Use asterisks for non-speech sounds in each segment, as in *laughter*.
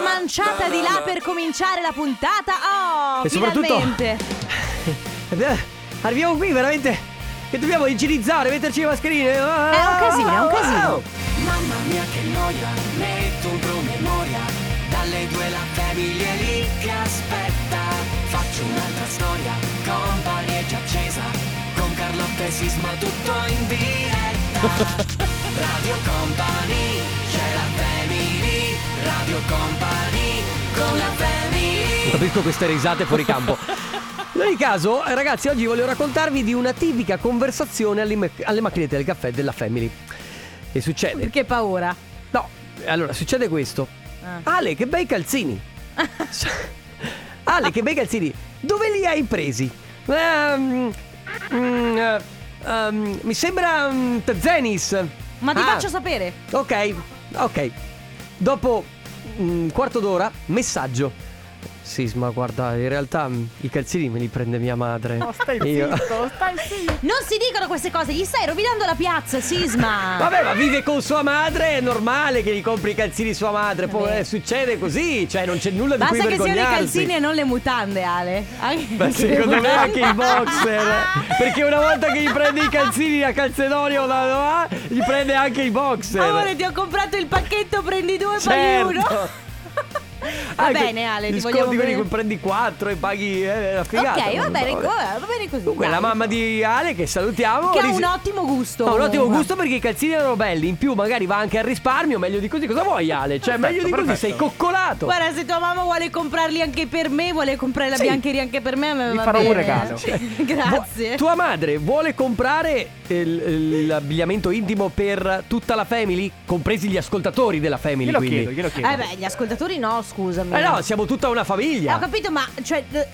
manciata di là per cominciare la puntata. Oh, E soprattutto- finalmente. Eh, Arriviamo qui veramente che dobbiamo igienizzare, metterci le mascherine. Ah, È un casino, è un casino. Mamma mia che noia, metto un promemoria Dalle due la famiglia è lì che aspetta Faccio un'altra storia, company è già accesa Con Carlotta e Sisma tutto in diretta Radio Company, c'è la family Radio Company, con la family Capisco queste risate fuori campo. ah. *laughs* In ogni caso, eh, ragazzi, oggi voglio raccontarvi di una tipica conversazione alle, mac- alle macchinette del caffè della Family. Che succede? Che paura. No, allora succede questo. Ah. Ale, che *laughs* bei calzini. Ale, che bei calzini. Dove li hai presi? Ehm, mm, eh, ehm, mi sembra mm, Zenis. Ma ti Ah. faccio sapere. Ok, ok. Dopo un quarto d'ora, messaggio. Sisma, guarda, in realtà mm, i calzini me li prende mia madre. Io- Non si dicono queste cose, gli stai rovinando la piazza, Sisma. *laughs* Vabbè, ma vive con sua madre, è normale che gli compri i calzini sua madre. Poi Vabbè. eh, succede così, cioè non c'è nulla di Basta cui che siano i vergognarsi. calzini e non le mutande, Ale. Anche Ma le secondo me mutande. anche i boxer. *laughs* Perché una volta che gli prende i calzini da calzedonia o da là, gli prende anche i boxer. Amore, ti ho comprato il pacchetto, prendi due, Certo. paghi *laughs* uno. Va Anche bene, Ale, gli ti sconti vogliamo quelli bene. che prendi 4 e paghi eh, la figata. Ok, va bene, Vabbè. va bene così. Comunque, dai. la mamma di Ale, che salutiamo. Che ha ris- un ottimo gusto. Ha un ottimo comunque. gusto perché i calzini erano belli. In più, magari va anche al risparmio. Meglio di così, cosa vuoi, Ale? Cioè, meglio di così, sei coccolato. Guarda, se tua mamma vuole comprarli anche per me, vuole comprare la Sì. biancheria anche per me, mi farò un regalo. *laughs* Grazie. Vu- tua madre vuole comprare eh, l- l- l'abbigliamento intimo per tutta la family, compresi gli ascoltatori della family. Glielo quindi. chiedo, glielo chiedo. Eh beh, gli ascoltatori no, scusami. Eh no, siamo tutta una Eh, Ho famiglia. capito, ma cioè eh,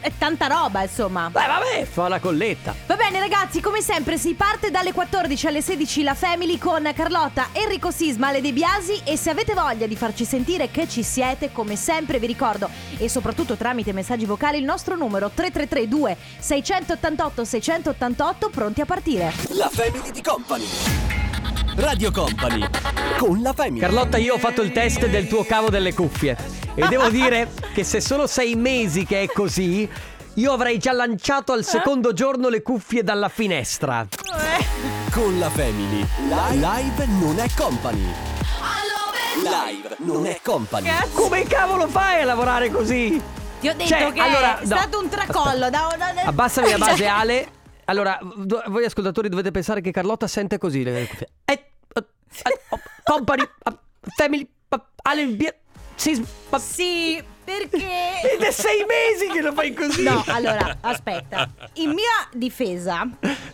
è tanta roba, insomma. Beh, vabbè, fa la colletta. Va bene ragazzi, come sempre si parte dalle 14 alle 16 la Family con Carlotta, Enrico Sisma, Ale De Biasi e se avete voglia di farci sentire che ci siete, come sempre vi ricordo e soprattutto tramite messaggi vocali il nostro numero 3332 688 688 pronti a partire. La family di Company Radio Company, con la family Carlotta, io ho fatto il test del tuo cavo delle cuffie *laughs* e devo dire che se sono sei mesi che è così, io avrei già lanciato al secondo giorno le cuffie dalla finestra. Con la Family. Live, non è company. Live non è company. Come cavolo fai a lavorare così? Ti ho detto Cioè, che allora, è no. stato un tracollo da, da, da- *laughs* Abbassami la base, *laughs* Cioè, Ale. Allora, do- voi ascoltatori dovete pensare che Carlotta sente così le cuffie. Eh, eh, eh, oh, company, eh, family, eh, Ale, via, sisma. eh. Sì, perché *laughs* Ed è sei mesi che lo fai così. No, allora, aspetta. In mia difesa,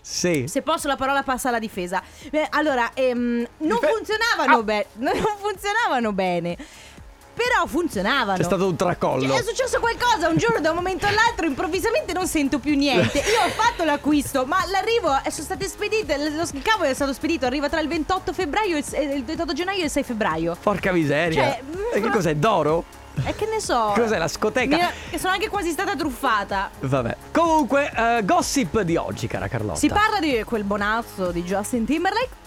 Sì. se posso la parola passa alla difesa. Eh, allora, ehm, non Ah. funzionavano bene. Non funzionavano bene. Però funzionavano. C'è stato un tracollo. Cioè, è successo qualcosa un giorno da un momento all'altro, improvvisamente non sento più niente. Io ho fatto l'acquisto, ma l'arrivo è sono state spedite, lo il cavo è stato spedito, arriva tra il 28 febbraio e il- e il 28 gennaio e il 6 febbraio. Porca miseria. Cioè, mm, e che ma- cos'è? D'oro? E che ne so. Cos'è la scoteca? Mi- che sono anche quasi stata truffata. Vabbè. Comunque, eh, gossip di oggi, cara Carlotta. Si parla di quel bonazzo di Justin Timberlake.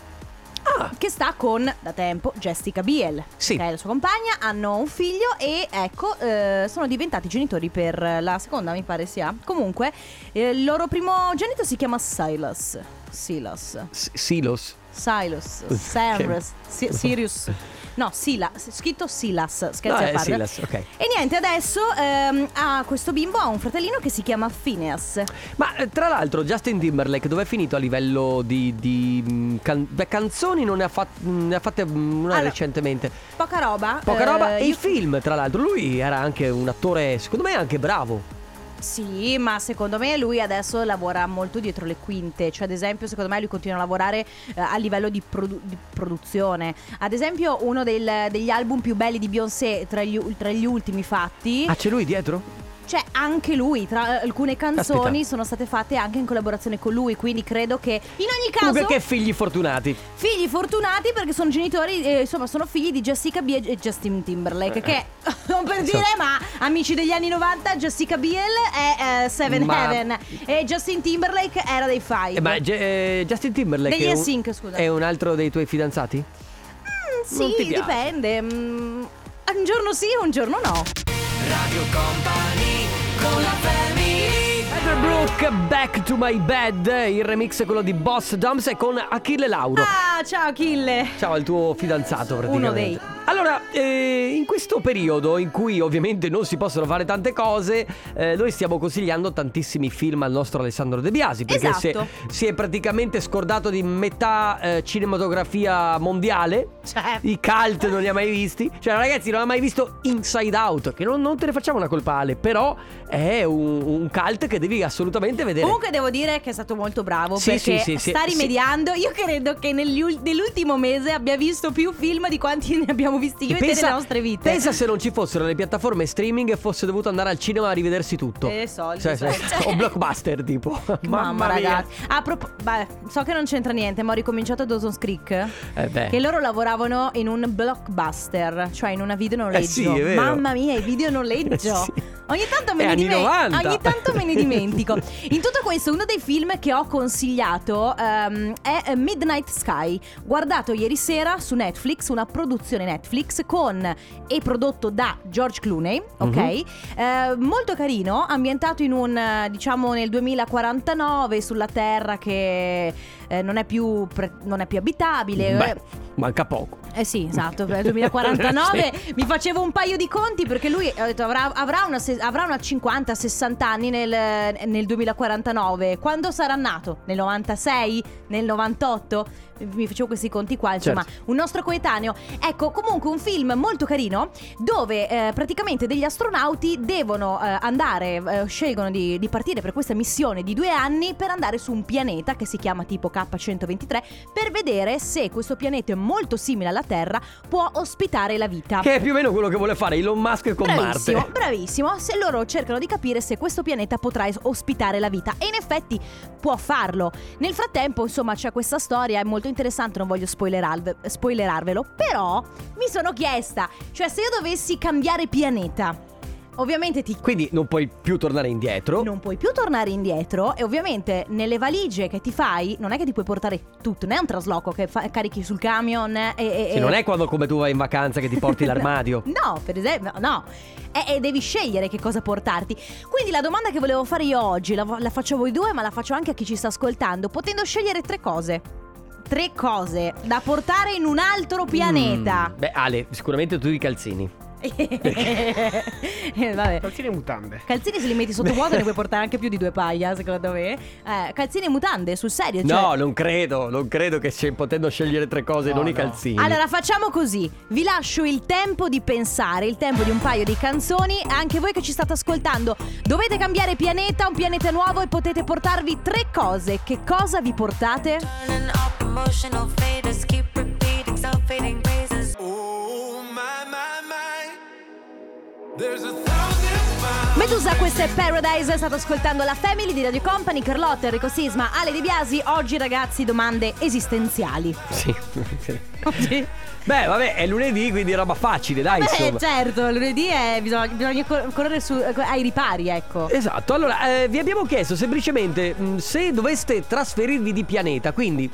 Che sta con da tempo Jessica Biel, Ah. Sì. che è la sua compagna, hanno un figlio e ecco eh, sono diventati genitori per la seconda, mi pare sia. Comunque, eh, il loro primo genito si chiama Silas. Silas. S- Silos. *laughs* Silas. Che- Samras. Si- Sirius. No, Sila, scritto Silas, scherzi No, a è parte. Silas, ok. E niente, adesso ehm, ha questo bimbo ha un fratellino che si chiama Phineas. Ma eh, tra l'altro, Justin Timberlake dov'è finito a livello di. di, mm, can- beh, canzoni non ne ha, fat- ne ha fatte mm, una Allora, recentemente. Poca roba. Poca eh, roba. E io- i film, tra l'altro. Lui era anche un attore, secondo me, anche bravo. Sì, ma secondo me lui adesso lavora molto dietro le quinte. Cioè, ad esempio, secondo me lui continua a lavorare eh, a livello di, produ- di produzione. Ad esempio, uno del- degli album più belli di Beyoncé tra gli, u- tra gli ultimi fatti. Ah, c'è lui dietro? Cioè, anche lui, tra eh, alcune canzoni Caspita. sono state fatte anche in collaborazione con lui. Quindi credo che in ogni caso. Comunque, che figli fortunati. Figli fortunati perché sono genitori, eh, insomma, sono figli di Jessica Biel e Justin Eh, Timberlake. Che *laughs* non per dire, Esatto. ma amici degli anni 90, Jessica Biel è eh, Seven Ma- Heaven e Justin Timberlake era dei Five. Eh, ma Ge- eh, Justin Timberlake. Degli è un- NSYNC, scusa. È un altro dei tuoi fidanzati? Mm, non ti sì, piace. dipende. mm, un giorno sì e un giorno no. Radio Company con la family Everbrook, Back to My Bed, il remix è quello di Boss Dumps e con Achille Lauro. Ah, ciao Achille. Ciao al tuo fidanzato praticamente. Uno dei. Allora, eh, in questo periodo in cui ovviamente non si possono fare tante cose, eh, noi stiamo consigliando tantissimi film al nostro Alessandro De Biasi perché si è- Esatto. si è praticamente scordato di metà eh, cinematografia mondiale. Cioè, I cult non li ha mai visti. Cioè, ragazzi, non ha mai visto Inside Out. Che non, non te ne facciamo una colpa, Ale. Però è un, un cult che devi assolutamente vedere. Comunque devo dire che è stato molto bravo Sì, perché sì, sì, sta sì, rimediando. Io credo che negli ul- nell'ultimo mese abbia visto più film di quanti ne abbiamo visti io e, te nelle nostre vite. pensa se non ci fossero le piattaforme streaming e fosse dovuto andare al cinema a rivedersi tutto. Eh, soldi, Cioè, soldi. cioè, o blockbuster, *laughs* tipo. Mamma, mia. ragazzi. A propos- beh, so che non c'entra niente, ma ho ricominciato Dawson's Creek. Eh beh. Che loro lavoravano in un blockbuster, cioè in una video noleggio. Eh sì, è vero. Mamma mia, i video noleggio. *laughs* Eh sì. Ogni tanto Eh, me ne anni dimen- 90. Ogni tanto *laughs* me ne dimentico. In tutto questo, uno dei film che ho consigliato ehm, è Midnight Sky, guardato ieri sera su Netflix, una produzione Netflix con e prodotto da George Clooney, ok? Mhm. Eh, molto carino, ambientato in un eh, diciamo nel 2049 sulla Terra che eh, non è più pre- non è più abitabile. Beh, Eh, manca poco. eh sì, esatto, per il 2049 mi facevo un paio di conti perché lui eh, ho detto, avrà, avrà una, se- avrà una 50-60 anni nel, nel 2049. Quando sarà nato? Nel 96? Nel 98? Mi facevo questi conti qua, insomma, un nostro coetaneo. Ecco, comunque un film molto carino dove eh, praticamente degli astronauti devono eh, andare, eh, scelgono di, di partire per questa missione di due anni per andare su un pianeta che si chiama tipo K123 per vedere se questo pianeta molto simile alla Terra può ospitare la vita. Che è più o meno quello che vuole fare Elon Musk con Ah. bravissimo, Marte. bravissimo. Se loro cercano di capire se questo pianeta potrà es- ospitare la vita e in effetti può farlo. Nel frattempo, insomma, c'è questa storia, è molto interessante, non voglio spoileralve- spoilerarvelo, però mi sono chiesta, cioè se io dovessi cambiare pianeta, ovviamente ti Quindi non puoi più tornare indietro. non puoi più tornare indietro e ovviamente nelle valigie che ti fai non è che ti puoi portare tutto, non è un trasloco che fa- carichi sul camion eh, e... e- Sì, e- non è quando come tu vai in vacanza che ti porti l'armadio. No, per esempio, no. E, e devi scegliere che cosa portarti. Quindi la domanda che volevo fare io oggi, la, la faccio a voi due, ma la faccio anche a chi ci sta ascoltando, potendo scegliere tre cose. Tre cose da portare in un altro pianeta. *laughs* Mm. *laughs* Beh, Ale, sicuramente tu i calzini. Eh, Vabbè. Calzini e mutande. Calzini se li metti *laughs* sotto vuoto ne puoi portare anche più di due paia, secondo me. Eh, calzini e mutande, sul serio. Cioè, No, non credo, non credo che se- potendo scegliere tre cose, No, non i no. calzini. Allora facciamo così, vi lascio il tempo di pensare, il tempo di un paio di canzoni, anche voi che ci state ascoltando dovete cambiare pianeta, un pianeta nuovo e potete portarvi tre cose, che cosa vi portate? Turning up emotional faders, keep repeating self-fading praises. Oh my my my There's a thousand miles Medusa, questo è Paradise, state ascoltando la Family di Radio Company, Carlotta, Enrico Sisma, Ale Di Biasi, oggi ragazzi domande esistenziali. *laughs* *laughs* Sì. Beh, vabbè, è lunedì, quindi roba facile, dai, Beh insomma. certo, lunedì è- bisogna, bisogna cor- correre su- eh, ai ripari, ecco. Esatto, allora eh, vi abbiamo chiesto semplicemente mh, se doveste trasferirvi di pianeta, quindi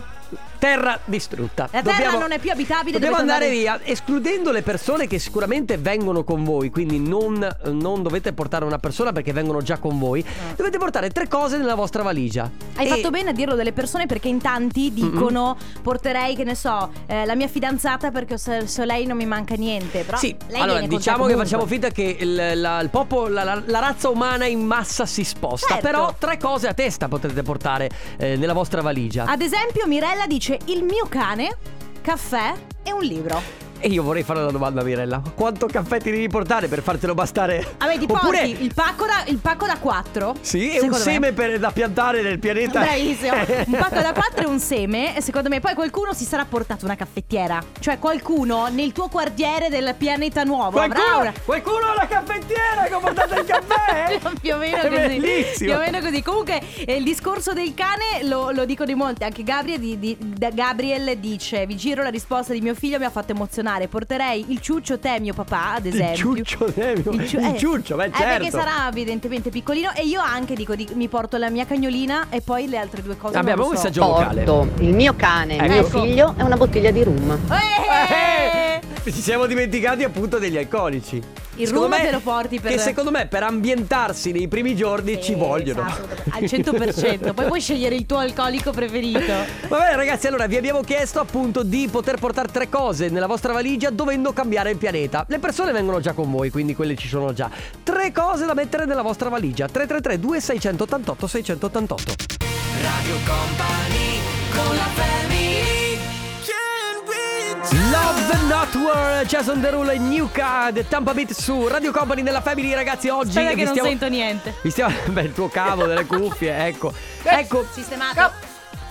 terra distrutta. La Terra non è più abitabile, Dobbiamo dovete andare, andare- via, escludendo le persone che sicuramente vengono con voi, quindi non, non dovete portare una persona perché vengono già con voi. Dovete portare tre cose nella vostra valigia. Eh. Hai E- fatto bene a dirlo delle persone perché in tanti dicono porterei, che ne so, eh, la mia fidanzata perché se, se lei non mi manca niente. Però Sì, lei allora viene con te diciamo che comunque. facciamo finta che il- la, il popolo- la- la- la razza umana in massa si sposta. Certo. Però tre cose a testa potrete portare eh, nella vostra valigia. Ad esempio Mirella dice il mio cane, caffè e un libro. E io vorrei fare una domanda a Mirella: quanto caffè ti devi portare per fartelo bastare? Vabbè, ti Oppure- porti il pacco da, il pacco da 4. Sì, e un seme per- da piantare nel pianeta. Bravissimo, *laughs* un pacco da 4 e un seme. E secondo me poi qualcuno si sarà portato una caffettiera. Cioè qualcuno nel tuo quartiere del pianeta nuovo avrà Qualcuno, una, qualcuno ha la caffettiera che ha portato il caffè? *laughs* più o meno È così. bellissimo. Più o meno così. Comunque eh, il discorso del cane lo, lo dicono in molti. Anche Gabriel, di- di- da- Gabriel dice: Vi giro la risposta di mio figlio, mi ha fatto emozionare. Porterei il ciuccio te, mio papà, ad Il esempio. ciuccio, Nemio. Il ciu- eh, il ciuccio, beh, eh, certo. perché sarà evidentemente piccolino e io anche dico di- mi porto la mia cagnolina e poi le altre due cose. Abbiamo un non lo so. messaggio vocale. Porto il mio cane, Ecco. mio figlio e una bottiglia di rum. Eh! Eh! ci siamo dimenticati appunto degli alconici. Il Secondo rum me- te lo porti per- Che secondo me per ambientarsi nei primi giorni ci Eh, vogliono. esatto, al *laughs* 100%. Poi puoi scegliere il tuo alcolico preferito. Va bene ragazzi, allora vi abbiamo chiesto appunto di poter portare tre cose nella vostra valigia dovendo cambiare il pianeta. Le persone vengono già con voi, quindi quelle ci sono già. Tre cose da mettere nella vostra valigia. 333 2688 688. Radio Company con la family Can we Love the Not War, Jason Derulo e Nuka The Tampa Beat su Radio Company nella Family ragazzi oggi Aspetta vi che non stiamo- sento niente. vi stiamo... *laughs* Beh il tuo cavo delle cuffie ecco Eh, Ecco Sistemato.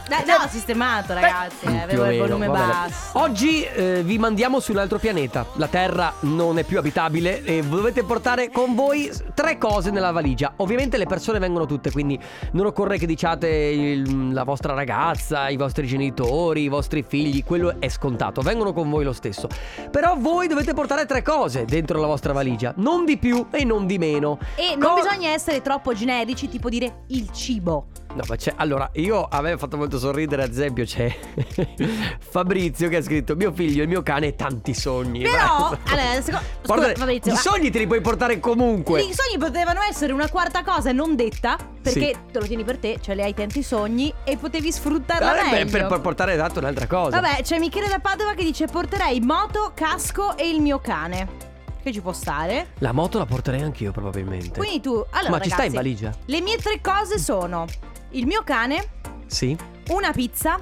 Dai, no, sistemato, ragazzi. eh, Mm, più o Avevo il meno, volume va bene. basso. Oggi eh, vi mandiamo su un altro pianeta. La Terra non è più abitabile e dovete portare con voi tre cose nella valigia. Ovviamente le persone vengono tutte, quindi non occorre che diciate il- la vostra ragazza, i vostri genitori, i vostri figli, quello è scontato, vengono con voi lo stesso. Però voi dovete portare tre cose dentro la vostra valigia, non di più e non di meno. E non Co- bisogna essere troppo generici, tipo dire il cibo. No, ma c'è. Allora, io a me ha fatto molto sorridere, ad esempio, c'è *laughs* Fabrizio che ha scritto: Mio figlio, il mio cane, e tanti sogni. Però, *laughs* Ma- allora, secondo. Guarda, Scusa, Fabrizio. I ma- sogni te li puoi portare comunque. I sogni potevano essere una quarta cosa non detta, perché te lo tieni per te, cioè le hai tanti sogni e potevi sfruttarla Allora, per, meglio. Eh, per- per portare tanto un'altra cosa. Vabbè, c'è Michele da Padova che dice porterei moto, casco e il mio cane. Che ci può stare. La moto la porterei anch'io, probabilmente. Quindi tu, allora ma ragazzi, ci stai in valigia? Le mie tre cose sono il mio cane, Sì. *laughs* una pizza.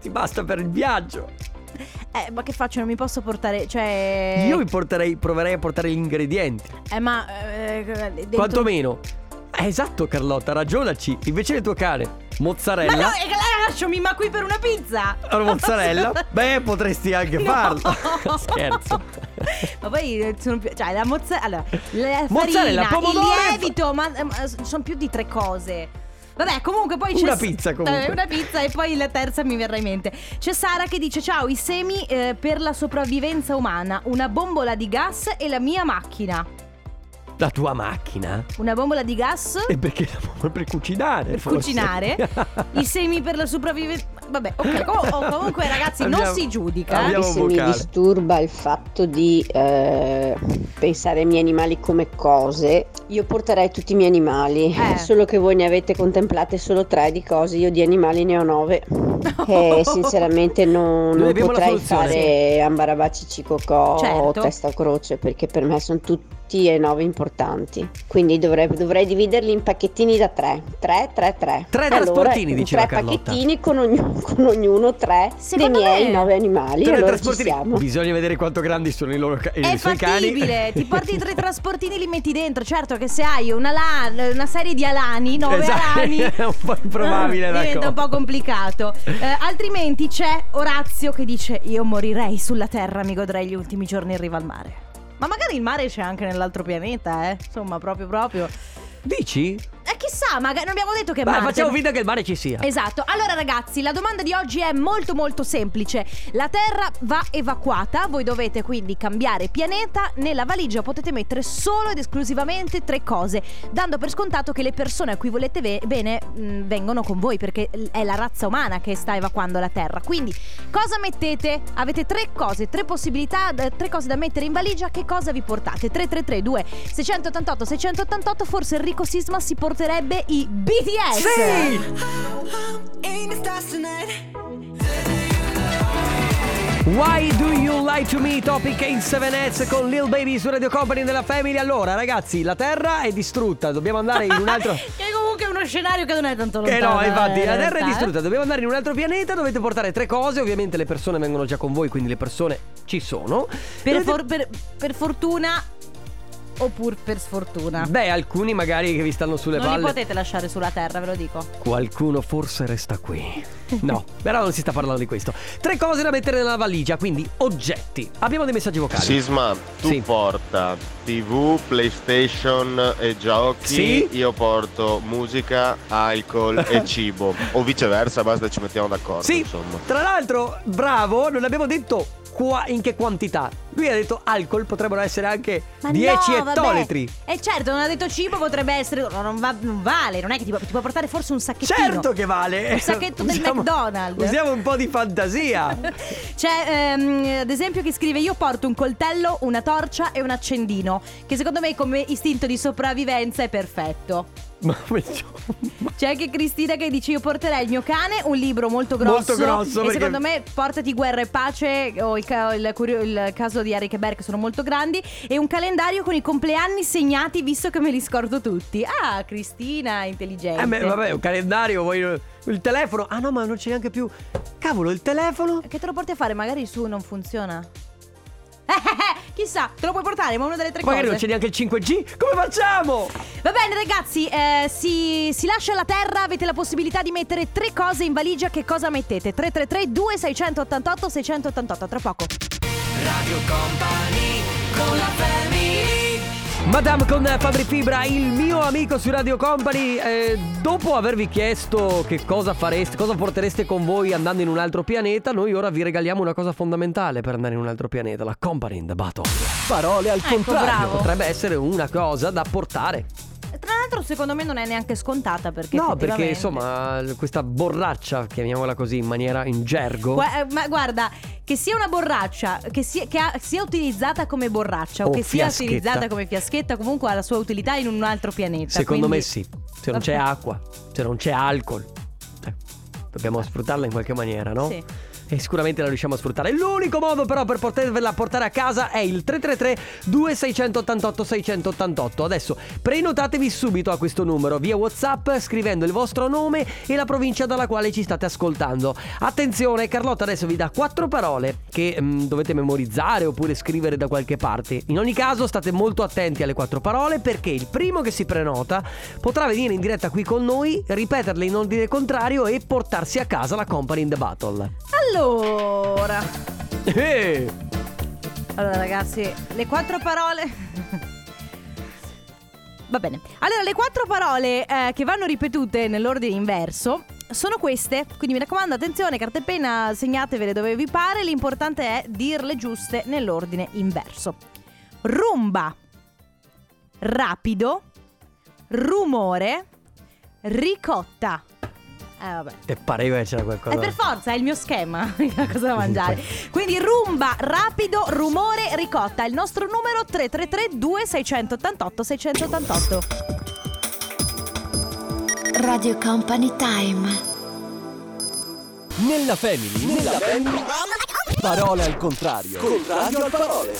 Ti basta per il viaggio. Eh, ma che faccio? Non mi posso portare, cioè Io mi porterei, proverei a portare gli ingredienti. Eh, ma eh, dentro- Quantomeno. Eh, esatto, Carlotta, ragionaci. Invece del tuo cane, mozzarella. Ma no, eh, la lasciami ma qui per una pizza. Una *laughs* *laughs* mozzarella? Beh, potresti anche No. *laughs* farlo. *laughs* Scherzo. Ma poi eh, sono più. Cioè, la mozzarella. Allora, la farina, Mozzarella, il pomodoro e- lievito, ma, eh, ma sono più di tre cose. Vabbè, comunque poi c'è. Una pizza, comunque. Eh, Una pizza e poi la terza mi verrà in mente. C'è Sara che dice: Ciao, i semi eh, per la sopravvivenza umana, una bombola di gas e la mia macchina. La tua macchina? Una bombola di gas E perché la vuoi per cucinare? per forse. *laughs* cucinare. I semi per la sopravvivenza. Vabbè, ok. com- oh, comunque, ragazzi, non Abbiamo- si giudica. eh. abbiamo se un mi vocale. disturba il fatto di eh, pensare ai miei animali come cose, io porterei tutti i miei animali, Eh. solo che voi ne avete contemplate solo tre di cose, io di animali ne ho nove *laughs* e sinceramente non, Noi non abbiamo la potrei soluzione. fare ambarabacci cicocò o Certo. testa o croce perché per me sono tutti e nove importanti, quindi dovrei, dovrei dividerli in pacchettini da tre, tre, tre, tre. Tre Allora, trasportini, diceva tre Carlotta. pacchettini con, ognu- con ognuno tre Secondo dei miei me- nove animali, Tre allora ci trasportini. siamo. Bisogna vedere quanto grandi sono i loro ca- È i suoi cani. fattibile, *laughs* ti porti tre trasportini e li metti dentro. Certo che se hai una, la- una serie di alani, nove Esatto, alani, è un *laughs* po' improbabile la diventa un cosa. po' complicato. Eh, altrimenti c'è Orazio che dice: Io morirei sulla terra, mi godrei gli ultimi giorni in riva al mare. Ma magari il mare c'è anche nell'altro pianeta, eh? Insomma, proprio proprio. Dici? Eh, chissà, magari non abbiamo detto che Ma Marte- facciamo finta che il mare ci sia. Esatto, allora ragazzi la domanda di oggi è molto molto semplice La Terra va evacuata, voi dovete quindi cambiare pianeta Nella valigia potete mettere solo ed esclusivamente tre cose Dando per scontato che le persone a cui volete ve- bene mh, vengono con voi Perché l- è la razza umana che sta evacuando la Terra Quindi cosa mettete? Avete tre cose, tre possibilità, d- tre cose da mettere in valigia Che cosa vi portate? 3332 688 688 Forse Enrico Sisma si porterebbe i BTS Sì! Why do you lie to me? Topic in 7S con Lil Baby su Radio Company della Family. Allora, ragazzi, la Terra è distrutta. Dobbiamo andare in un altro. che comunque è uno scenario che non è tanto Eh lontano. no, infatti, la in Terra è realtà, eh. distrutta. Dobbiamo andare in un altro pianeta. Dovete portare tre cose. Ovviamente, le persone vengono già con voi, quindi le persone ci sono. eh. Per, Dovete- for- per- per fortuna oppure per sfortuna. Beh, alcuni magari che vi stanno sulle non li Mm, palle. potete lasciare sulla terra, ve lo dico. Qualcuno forse resta qui. *laughs* No, però non si sta parlando di questo. Tre cose da mettere nella valigia, quindi oggetti. Abbiamo dei messaggi vocali. Sisma, tu Sì. porta TV, PlayStation e giochi, Sì. io porto musica, alcol *laughs* e cibo. O viceversa, basta, ci mettiamo d'accordo. Sì, insomma. tra l'altro, bravo, non abbiamo detto qua- in che quantità. Lui ha detto alcol potrebbero essere anche Ma 10 no, vabbè. ettolitri. E certo, non ha detto cibo, potrebbe essere. no, non, va- non vale, non è che ti, può- ti può portare forse un sacchettino. Certo che vale. Un sacchetto del Usiamo- McDonald's. Usiamo un po' di *laughs* fantasia. C'è ehm, ad esempio chi scrive io porto un coltello, una torcia e un accendino, che secondo me come istinto di sopravvivenza è perfetto. Ma insomma. C'è anche Cristina che dice io porterei il mio cane, un libro molto grosso. Molto grosso, e perché- secondo me portati Guerra e Pace o il, ca- il curio- il caso di Eric Berg sono molto grandi e un calendario con i compleanni segnati visto che me li scordo tutti. Ah, Cristina, intelligente. Eh, beh, vabbè, un calendario, vuoi il telefono. Ah no, ma non c'è neanche più. Cavolo, il telefono? Che te lo porti a fare? Magari il suo non funziona. *laughs* Eh, eh, eh, chissà, te lo puoi portare, ma è una delle tre Magari non c'è cose. neanche il 5G. Come facciamo? Va bene, ragazzi, eh, si, si lascia la terra. Avete la possibilità di mettere tre cose in valigia. Che cosa mettete? 333-2688-688. Tra poco. Madame con Fabri Fibra, il mio amico su Radio Company, eh, dopo avervi chiesto che cosa fareste, cosa portereste con voi andando in un altro pianeta, noi ora vi regaliamo una cosa fondamentale per andare in un altro pianeta, la Company in the Battle. Parole al Ecco, contrario, bravo. potrebbe essere una cosa da portare. Tra l'altro, secondo me non è neanche scontata perché. no, perché effettivamente- insomma, l- questa borraccia, chiamiamola così in maniera in gergo. Gua- eh, ma guarda, che sia una borraccia, che sia, che ha- sia utilizzata come borraccia o, O che sia Oh, fiaschetta. utilizzata come fiaschetta, comunque ha la sua utilità in un altro pianeta. Secondo me quindi- sì. Se non c'è acqua, se non c'è alcol, cioè, dobbiamo sfruttarla in qualche maniera, no? Sì. E sicuramente la riusciamo a sfruttare. L'unico modo però per potervela portare a casa è il 333-2688-688. Adesso prenotatevi subito a questo numero via WhatsApp scrivendo il vostro nome e la provincia dalla quale ci state ascoltando. Attenzione, Carlotta adesso vi dà quattro parole che mm, dovete memorizzare oppure scrivere da qualche parte. In ogni caso state molto attenti alle quattro parole perché il primo che si prenota potrà venire in diretta qui con noi, ripeterle in ordine contrario e portarsi a casa la company in the battle. Allora. Eh, Allora ragazzi, le quattro parole... Va bene. Allora, le quattro parole eh, che vanno ripetute nell'ordine inverso sono queste. Quindi mi raccomando, attenzione, carta e penna, segnatevele dove vi pare. L'importante è dirle giuste nell'ordine inverso. Rumba, rapido, rumore, ricotta. Eh vabbè. Te pareva che c'era qualcosa. È per forza, è il mio schema, *laughs* la cosa da mangiare. *laughs* Quindi rumba, rapido, rumore, ricotta. Il nostro numero 333-2688-688. Radio Company Time. Nella family, nella family. Parole al contrario. Contrario al parole.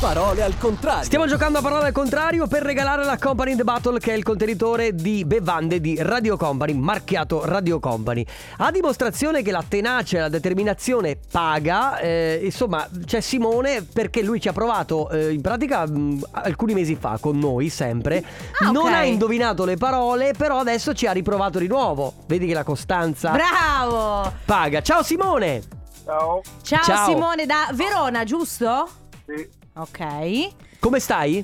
Parole al contrario. Stiamo giocando a parole al contrario per regalare la Company in the Battle che è il contenitore di bevande di Radio Company, marchiato Radio Company. A dimostrazione che la tenacia e la determinazione paga, eh, insomma, c'è Simone perché lui ci ha provato eh, in pratica mh, alcuni mesi fa con noi sempre. Ah, ok. non ha indovinato le parole, però adesso ci ha riprovato di nuovo. Vedi che la costanza Bravo! paga. Ciao Simone! Ciao, Ciao. Simone da Verona, giusto? Sì. Ok. Come stai?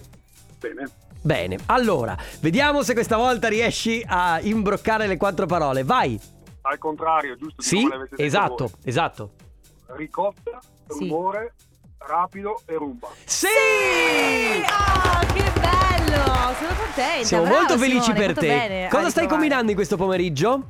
Bene. Bene, allora, vediamo se questa volta riesci a imbroccare le quattro parole. Vai! Al contrario, giusto? Sì, esatto, esatto. Ricotta, Sì. rumore, rapido e rumba. Sì! Oh, che bello! Sono contenta. Siamo bravo, molto felici Simone, per molto te. bene. Cosa Ah, stai ritrovato. combinando in questo pomeriggio?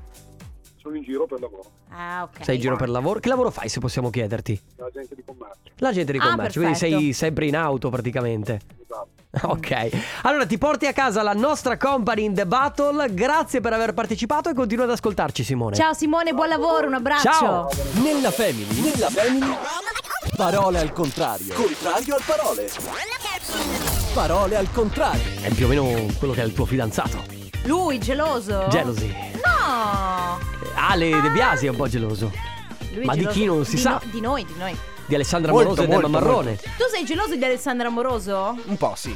Sono in giro per lavoro, Ah, ok. Sei in giro per lavoro? Che lavoro fai, se possiamo chiederti? la gente di commercio. La gente di Ah, commercio, quindi perfetto. sei sempre in auto praticamente. Esatto. Ok, allora ti porti a casa la nostra company in the battle. Grazie per aver partecipato e continua ad ascoltarci, Simone. Ciao Simone, buon lavoro, un abbraccio. Ciao! Nella family, nella family. Parole al contrario. Contrario al parole. Parole al contrario. È più o meno quello che è il tuo fidanzato. Lui, geloso? Jealousy. No! Ale De Biasi è un po' geloso. Lui è Ma di geloso chi non si di sa. no- di noi, di noi. di Alessandra Molto, Moroso e molto, Emma Marrone. Tu sei geloso di Alessandra Amoroso? Un po' *laughs* sì,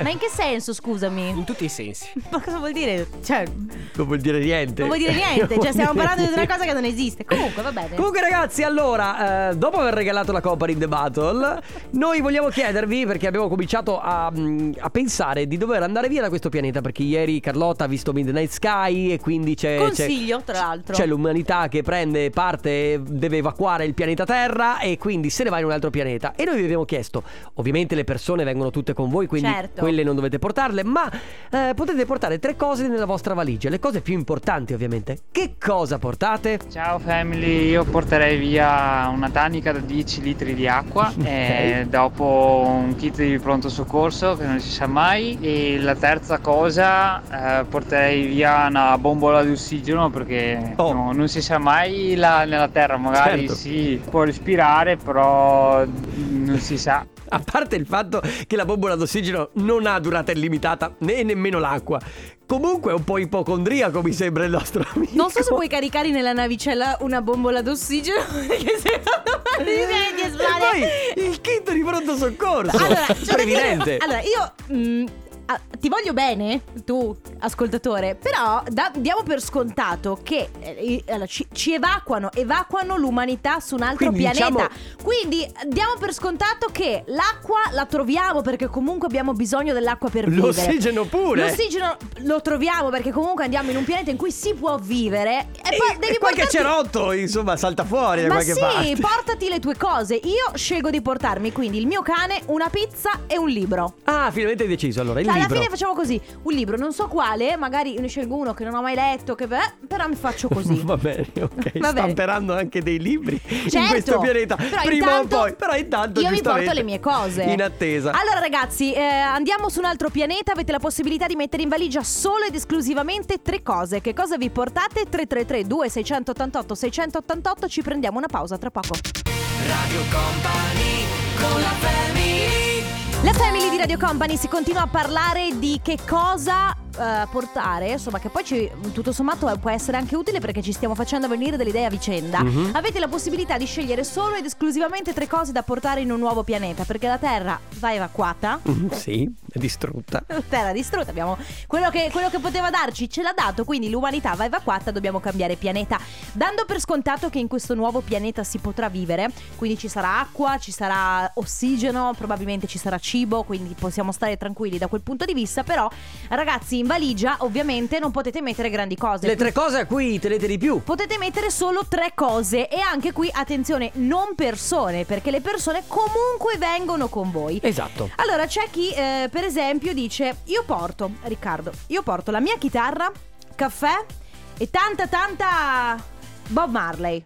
Ma in che senso, scusami? in tutti i sensi. *laughs* Ma cosa vuol dire? Cioè, Non vuol dire niente. non vuol dire niente. Cioè, *laughs* stiamo parlando di una cosa che non esiste. Comunque, va bene. Comunque ragazzi, allora, eh, dopo aver regalato la Coppa in The Battle, noi vogliamo chiedervi, perché abbiamo cominciato a, mm, a pensare di dover andare via da questo pianeta, perché ieri Carlotta ha visto Midnight Sky e quindi c'è... c'è- Consiglio, tra l'altro. C'è l'umanità che prende parte, deve evacuare il pianeta Terra e quindi se ne va in un altro pianeta. E noi vi abbiamo chiesto, ovviamente le persone vengono tutte con voi, quindi Certo. quelle non dovete portarle, ma eh, potete portare tre cose nella vostra valigia, le cose più importanti ovviamente. Che cosa portate? Ciao family, io porterei via una tanica da 10 litri *laughs* di acqua e dopo un kit di pronto soccorso che non si sa mai e la terza cosa eh, porterei via una bombola di ossigeno perché Oh. no, non si sa mai là nella terra, magari Certo. si può respirare però non si sa. A parte il fatto che la bombola d'ossigeno non ha durata illimitata né nemmeno l'acqua. Comunque è un po' ipocondriaco, mi sembra il nostro *laughs* amico. Non so se puoi caricare nella navicella una bombola d'ossigeno *laughs* perché secondo *laughs* me devi E esplodere. poi il kit di pronto soccorso. Allora, c'è da previdente. dire- allora, io mm, ah, ti voglio bene, tu ascoltatore, però da- diamo per scontato che eh, i- allora, ci, ci evacuano, evacuano l'umanità su un altro Quindi, pianeta. diciamo- Quindi eh, diamo per scontato che l'acqua la troviamo perché comunque abbiamo bisogno dell'acqua per vivere. L'ossigeno pure. L'ossigeno lo troviamo perché comunque andiamo in un pianeta in cui si può vivere. E E- poi devi e qualche portarti- cerotto, insomma, salta fuori da ma qualche sì, parte. portati le tue cose. Io scelgo di portarmi quindi il mio cane, una pizza e un libro. Ah, finalmente hai deciso. Allora, il Cioè, alla libro. fine facciamo così: un libro, non so quale, magari ne scelgo uno che non ho mai letto, che beh, però mi *laughs* faccio così. Va bene, ok. Va bene. Stamperanno anche dei libri in Certo, questo pianeta. però prima intanto o poi. Però intanto io mi giustamente, porto le mie cose. In attesa. Allora, ragazzi, eh, andiamo su un altro pianeta. Avete la possibilità di mettere in valigia solo ed esclusivamente tre cose. Che cosa vi portate? 333 2688 688 Ci prendiamo una pausa tra poco. La family di Radio Company si continua a parlare di che cosa eh, portare, insomma, che poi ci- tutto sommato eh, può essere anche utile perché ci stiamo facendo venire delle idee a vicenda. Mhm. Avete la possibilità di scegliere solo ed esclusivamente tre cose da portare in un nuovo pianeta, perché la Terra va evacuata. Mm, Sì, è distrutta. la *laughs* Terra distrutta, abbiamo quello che, quello che poteva darci ce l'ha dato, quindi l'umanità va evacuata, dobbiamo cambiare pianeta. Dando per scontato che in questo nuovo pianeta si potrà vivere, quindi ci sarà acqua, ci sarà ossigeno, probabilmente ci sarà cibo, quindi possiamo stare tranquilli da quel punto di vista, però ragazzi in valigia ovviamente non potete mettere grandi cose. Le tre cose a cui tenete di più. Potete mettere solo tre cose e anche qui attenzione, non persone, perché le persone comunque vengono con voi. Esatto. Allora c'è chi eh, per esempio dice io porto, Riccardo, io porto la mia chitarra, caffè e tanta tanta Bob Marley.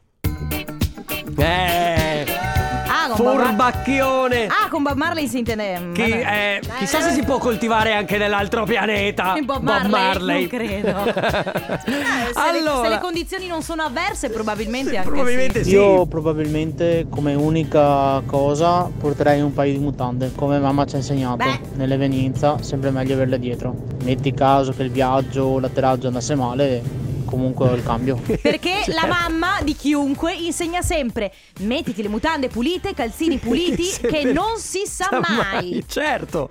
Eh, Ah, con Bob Mar- furbacchione. ah, con Bob Marley si intende... mm, Chi- vabbè. eh, chissà se si può coltivare anche nell'altro pianeta. Eh, Bob Marley, non *laughs* credo. Eh, se, le, se le condizioni non sono avverse probabilmente anche probabilmente sì. Io probabilmente come unica cosa porterei un paio di mutande, come mamma ci ha insegnato. Beh. Nell'evenienza sempre meglio averle dietro. Metti caso che il viaggio o l'atterraggio andasse male, comunque ho *laughs* il cambio. sì. Perché la mamma di chiunque insegna sempre mettiti le mutande pulite, i calzini *laughs* puliti, Se che ne non si sa mai. Certo.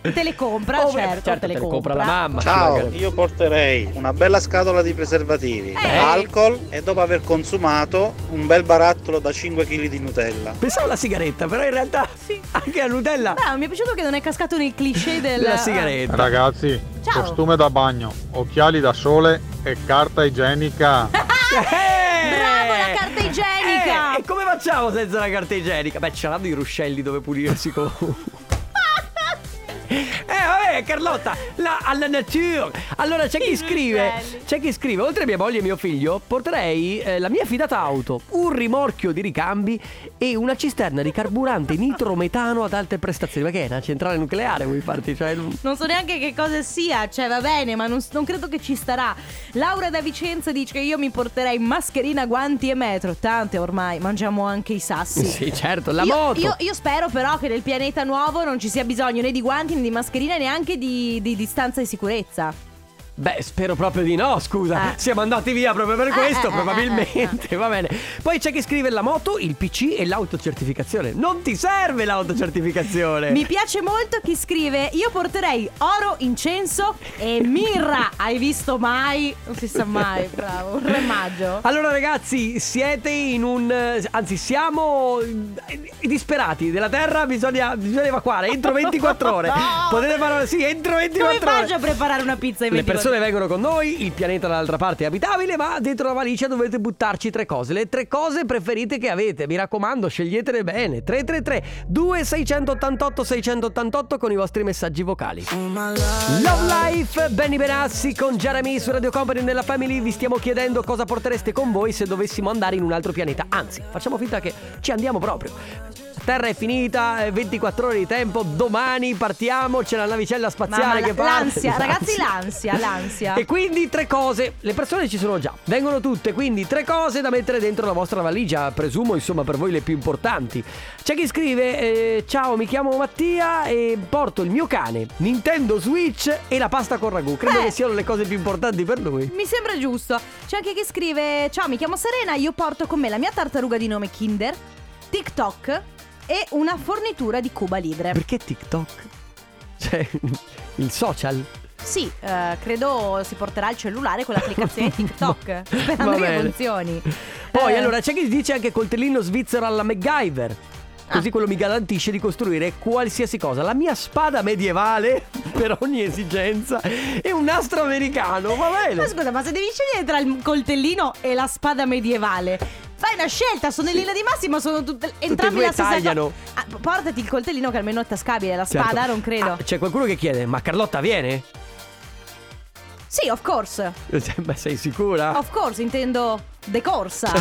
Te le compra, Oh, beh, certo, te le compra. la mamma. Ciao, Magari. io porterei una bella scatola di preservativi, Eh. alcol e dopo aver consumato un bel barattolo da 5 kg di Nutella. Pensavo alla sigaretta, però in realtà anche la Nutella Bravo, mi è piaciuto che non è cascato nel *laughs* cliché del... della *laughs* sigaretta. Ragazzi, Ciao. costume da bagno, occhiali da sole e carta *laughs* igienica. Eh! Ah! Bravo, la carta igienica! Eh, e come facciamo senza la carta igienica? Beh, c'erano i ruscelli dove pulirsi comunque. Eh vabbè Carlotta, la, alla natura Allora c'è chi scrive C'è chi scrive Oltre a mia moglie e mio figlio Porterei eh, la mia fidata auto Un rimorchio di ricambi E una cisterna di carburante nitrometano ad alte prestazioni Ma che è una centrale nucleare vuoi farti? Cioè, non- Non so neanche che cosa sia, cioè va bene, ma non, non credo che ci starà. Laura da Vicenza dice che io mi porterei mascherina, guanti e metro. Tante ormai, mangiamo anche i sassi. Sì certo, la io, moto Io, io spero però che nel pianeta nuovo non ci sia bisogno né di guanti né di mascherina neanche di, di distanza di sicurezza. Beh, spero proprio di no, Eh. scusa. Siamo andati via proprio per Eh, questo, eh, eh, probabilmente. Va bene. Poi c'è chi scrive la moto, il PC e l'autocertificazione. Non ti serve l'autocertificazione. Mi piace molto chi scrive Io porterei oro, incenso e mirra Hai visto mai? Non si sa mai, bravo Un remaggio Allora ragazzi, siete in un... anzi siamo eh, disperati, della terra bisogna, bisogna evacuare entro 24 ore. *laughs* No. Potete fare... Sì, entro 24 Come ore. faccio a preparare una pizza in Le 24 persone vengono con noi, il pianeta dall'altra parte è abitabile, ma dentro la valigia dovete buttarci tre cose. Le tre cose preferite che avete, mi raccomando, sceglietele bene. 333 2688 688 con i vostri messaggi vocali. Love Life, Benny Benassi con Jeremy su Radio Company nella Family. Vi stiamo chiedendo cosa portereste con voi se dovessimo andare in un altro pianeta. Anzi, facciamo finta che ci andiamo proprio. La Terra è finita, eh, 24 ore di tempo, domani partiamo, c'è la navicella spaziale Mamma, la- che parte. *laughs* Esatto. l'ansia, ragazzi, l'ansia, l'ansia. E quindi tre cose, le persone ci sono già, vengono tutte, quindi tre cose da mettere dentro la vostra valigia, presumo insomma per voi le più importanti. C'è chi scrive, eh, ciao mi chiamo Mattia e porto il mio cane, Nintendo Switch e la pasta con ragù, credo Beh. Eh. che siano le cose più importanti per lui. mi sembra giusto. C'è anche chi scrive: Ciao, mi chiamo Serena. Io porto con me la mia tartaruga di nome Kinder, TikTok e una fornitura di Cuba Libre. Perché TikTok? Cioè, il social? Sì, eh, credo si porterà il cellulare con *laughs* l'applicazione TikTok. Va Sperando che bene. funzioni. Poi Eh, allora c'è chi dice anche coltellino svizzero alla MacGyver. Ah. Così quello mi garantisce di costruire qualsiasi cosa. La mia spada medievale *laughs* per ogni esigenza e un nastro americano, va Ma bene. scusa, ma se devi scegliere tra il coltellino e la spada medievale, fai una scelta. Sono in linea di massima, sono tutte. Entrambi due la stessa tagliano. cosa. Ah, portati il coltellino che almeno è tascabile. La Certo. spada, non credo. Ah, c'è qualcuno che chiede, ma Carlotta viene? *laughs* Sì, of course. Cioè, Ma sei sicura? Of course, intendo *laughs* decorsa.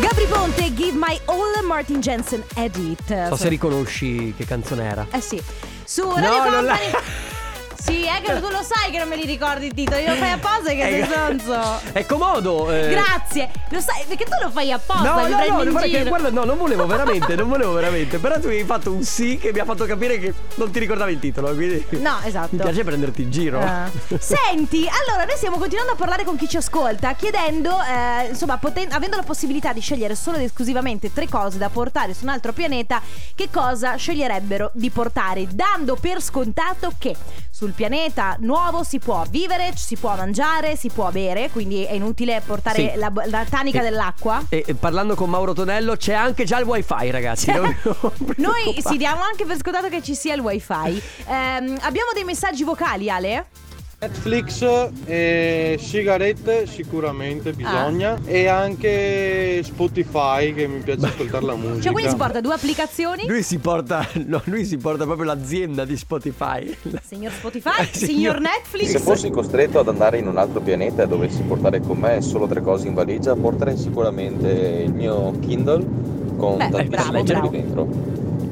Gabri Ponte, Give My All, Martin Jensen, Edit. so se riconosci che canzone era. Eh sì. Su Radio non la- Company. *laughs* Sì, è che tu lo sai che non me li ricordi i titoli, lo fai apposta che sei Eh, sonzo. *laughs* È comodo. eh. Grazie. Lo sai perché tu lo fai apposta, No, mi no, prendi no, in guarda che- giro. guarda, no, non volevo veramente, non volevo veramente. Però tu mi hai fatto un sì che mi ha fatto capire che non ti ricordavi il titolo, quindi... No, esatto. Mi piace prenderti in giro. *laughs* Ah. Senti, allora noi stiamo continuando a parlare con chi ci ascolta, chiedendo, eh, insomma, poten- avendo la possibilità di scegliere solo ed esclusivamente tre cose da portare su un altro pianeta, che cosa sceglierebbero di portare, dando per scontato che sul pianeta nuovo si può vivere, ci si può mangiare, si può bere, quindi è inutile portare Sì. la, bo- la tanica E- dell'acqua. E, e parlando con Mauro Tonello c'è anche già il wifi ragazzi non vi- *laughs* *laughs* non vi Cioè, Noi preoccupate. si diamo anche per scontato che ci sia il wifi. Ehm, abbiamo dei messaggi vocali, Ale? Netflix e sigarette sicuramente Ah. bisogna e anche Spotify che mi piace ascoltare la musica. Cioè, quindi si porta due applicazioni. Lui si porta no, lui si porta proprio l'azienda di Spotify Signor Spotify, *laughs* Eh, signor signor- Netflix. Se fossi costretto ad andare in un altro pianeta e dovessi portare con me solo tre cose in valigia, porterei sicuramente il mio Kindle con Beh, bravo, tantissimi libri bravo. dentro.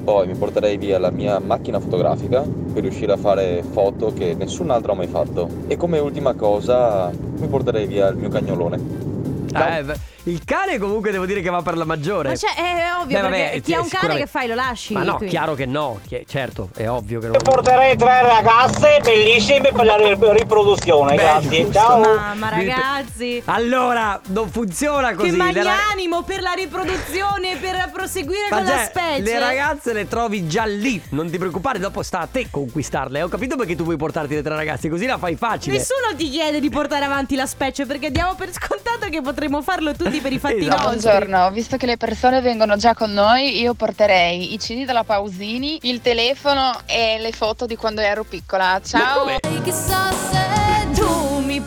Poi mi porterei via la mia macchina fotografica per riuscire a fare foto che nessun altro ha mai fatto. E come ultima cosa mi porterei via il mio cagnolone. Eh, beh, il cane comunque devo dire che va per la maggiore Ma cioè, è ovvio, Beh, perché vabbè, chi ha un cane sicuramente- che fai lo lasci. ma no quindi. chiaro che no chi- certo è ovvio che non Io porterei tre ragazze bellissime per la ri- riproduzione, Beh, grazie. giusto. Ciao. Ah, Ma, ma ragazzi. allora non funziona così Che le ra- magnanimo per la riproduzione, per proseguire Ma con la cioè, specie. le ragazze le trovi già lì, non ti preoccupare, dopo sta a te conquistarle. Ho capito perché tu vuoi portarti le tre ragazze, così la fai facile. Nessuno ti chiede di portare avanti la specie perché diamo per scontato che potremmo farlo tutti per i fatti Esatto. nostri. Buongiorno, visto che le persone vengono già con noi, io porterei i CD della Pausini, il telefono e le foto di quando ero piccola. Ciao! Chissà se tu mi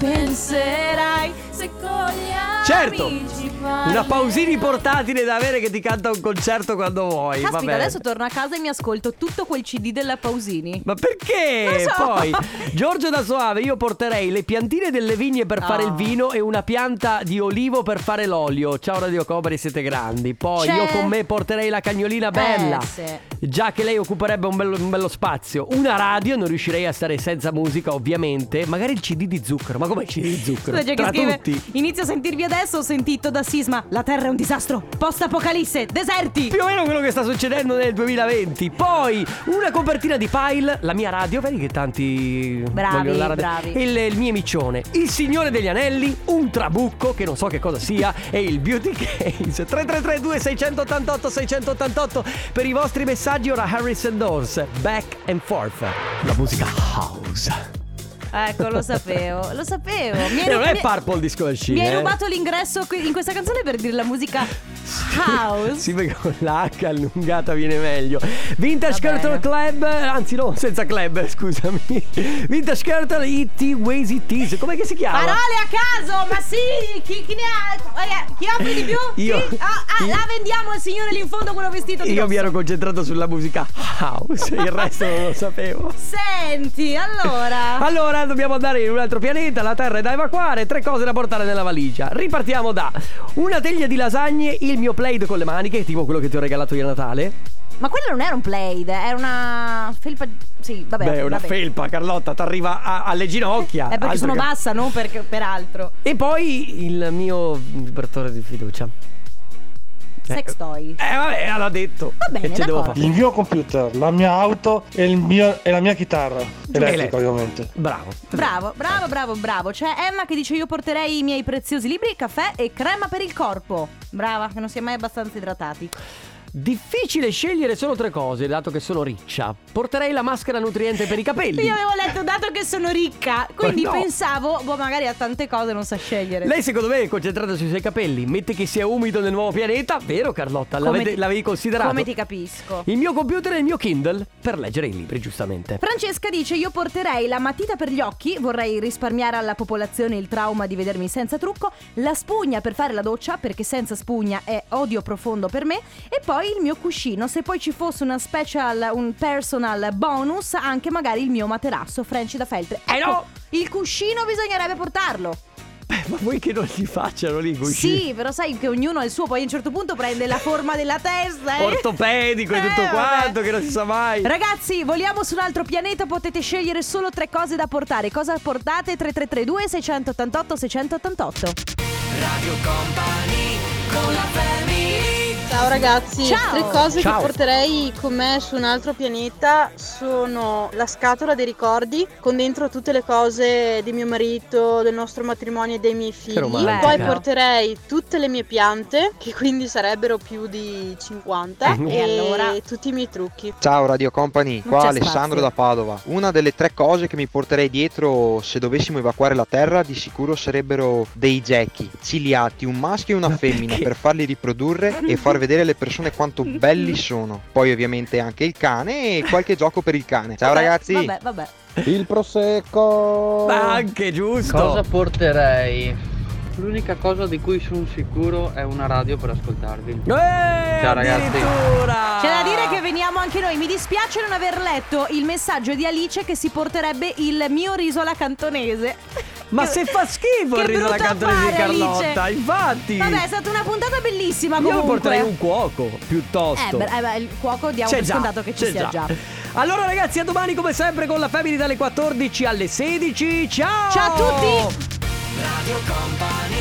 penserai se con gli Certo, amici una pausini portatile da avere che ti canta un concerto quando vuoi. va Caspita, bene. adesso torno a casa e mi ascolto tutto quel CD della Pausini. Ma Non perché? so. Poi, Giorgio da Soave, io porterei le piantine delle vigne per fare Ah. il vino e una pianta di olivo per fare l'olio. Ciao Radio Cobari, siete grandi. Poi C'è- io con me porterei la cagnolina bella. Eh, sì. Già che lei occuperebbe un bello, un bello spazio. Una radio, non riuscirei a stare senza musica, ovviamente. Magari il CD di zucchero. Ma come il CD di zucchero? Scusa, c'è chi Tra scrive, tutti. tutti. Inizio a sentirvi adesso, ho sentito da sisma. La terra è un disastro. Post apocalisse, deserti. Più o meno quello che sta succedendo nel 2020. Poi una copertina di file, la mia radio, vedi che tanti Bravi, vogliono la radio. bravi. Il, il mio micione, il Signore degli Anelli, un trabucco che non so che cosa sia e il Beauty *laughs* Case 3332 688 688 per i vostri messaggi ora Harrison Doors, back and forth. La musica house. Ecco, lo sapevo, lo sapevo. Mi hai E Eh, non ru- è mi- Purple Disco Machine. Mi hai eh. rubato l'ingresso qui- in questa canzone per dire la musica house. Sì, perché con la H allungata viene meglio. Vintage Va Curtain Club, anzi no, senza club, *laughs* scusami. Vintage Curtain IT Wazy Tease, com'è che si chiama? Parole a caso, ma sì, chi, chi ne ha? eh, Chi offre di più? Io- Chi- ah, ah, io- la vendiamo al signore lì in fondo quello vestito di Io mi rosso. ero concentrato sulla musica *laughs* house, il resto non lo sapevo. Senti, *laughs* allora. Allora, dobbiamo andare in un altro pianeta, la Terra è da evacuare, tre cose da portare nella valigia. Ripartiamo da una teglia di lasagne, il mio plaid con le maniche, tipo quello che ti ho regalato io a Natale. Ma quello non era un plaid, era una felpa. Sì, vabbè. Beh, una vabbè. felpa, Carlotta, ti arriva alle ginocchia. È perché Altro sono che- bassa, non perché, per altro. E poi il mio vibratore di fiducia. Sex toy. Eh vabbè, l'ha detto. Va *laughs* bene, e ce devo d'accordo. fare. Il mio computer, la mia auto e, il mio- e la mia chitarra. Elettrica, Elettrica. ovviamente. Bravo. Bravo, bravo, bravo, bravo. C'è Emma che dice: Io porterei i miei preziosi libri, caffè e crema per il corpo. Brava, che non si è mai abbastanza idratati. Difficile scegliere solo tre cose, dato che sono riccia. Porterei la maschera nutriente per i *laughs* capelli. Io avevo letto, dato che sono ricca, quindi no. pensavo, boh, magari ha tante cose, non sa scegliere. Lei secondo me è concentrata sui suoi capelli. Mette che sia umido nel nuovo pianeta. Vero Carlotta? Come L'avete- ti- l'avevi considerato? Come ti capisco? Il mio computer e il mio Kindle per leggere i libri, giustamente. Francesca dice io porterei la matita per gli occhi, vorrei risparmiare alla popolazione il trauma di vedermi senza trucco, la spugna per fare la doccia perché senza spugna è odio profondo per me e poi il mio cuscino, se poi ci fosse una special, un personal bonus, anche magari il mio materasso French da feltre. Ecco, Eh no! Il cuscino bisognerebbe portarlo. Beh, Eh, ma vuoi che non li facciano lì? cuscini? Sì, però sai che ognuno ha il suo, poi a un certo punto prende la forma della testa. eh. Ortopedico e Eh, tutto vabbè. quanto, che non si sa mai. Ragazzi, voliamo su un altro pianeta, potete scegliere solo tre cose da portare. Cosa portate? 3332 688 688. Radio Company con la family. Ciao ragazzi, Ciao. tre cose Ciao. che porterei con me su un altro pianeta sono la scatola dei ricordi con dentro tutte le cose di mio marito, del nostro matrimonio e dei miei figli. romantica. Poi Bello. porterei tutte le mie piante, che quindi sarebbero più di 50, Eh, e, allora. tutti i miei trucchi. Ciao Radio Company, Non qua c'è Alessandro spazio. da Padova. Una delle tre cose che mi porterei dietro se dovessimo evacuare la Terra di sicuro sarebbero dei gechi, ciliati, un maschio e *laughs* una femmina per farli riprodurre e far vedere alle persone quanto belli sono. Poi ovviamente anche il cane e qualche gioco per il cane. Ciao Vabbè, ragazzi! Vabbè, vabbè. Il prosecco! Anche giusto. Cosa porterei? L'unica cosa di cui sono sicuro è una radio per ascoltarvi. Eh, Ciao ragazzi. C'è da dire che veniamo anche noi. Mi dispiace non aver letto il messaggio di Alice che si porterebbe il mio riso alla cantonese. *laughs* Ma se fa schifo che il riso alla brutto cantonese di affare, Carlotta, Alice. infatti. Vabbè, è stata una puntata bellissima Io comunque. porterei un cuoco piuttosto. Eh, beh, eh, beh, il cuoco diamo per scontato che ci c'è sia già. Allora ragazzi, a domani come sempre con la Family dalle 14 alle 16. Ciao! Ciao a tutti! Radio Company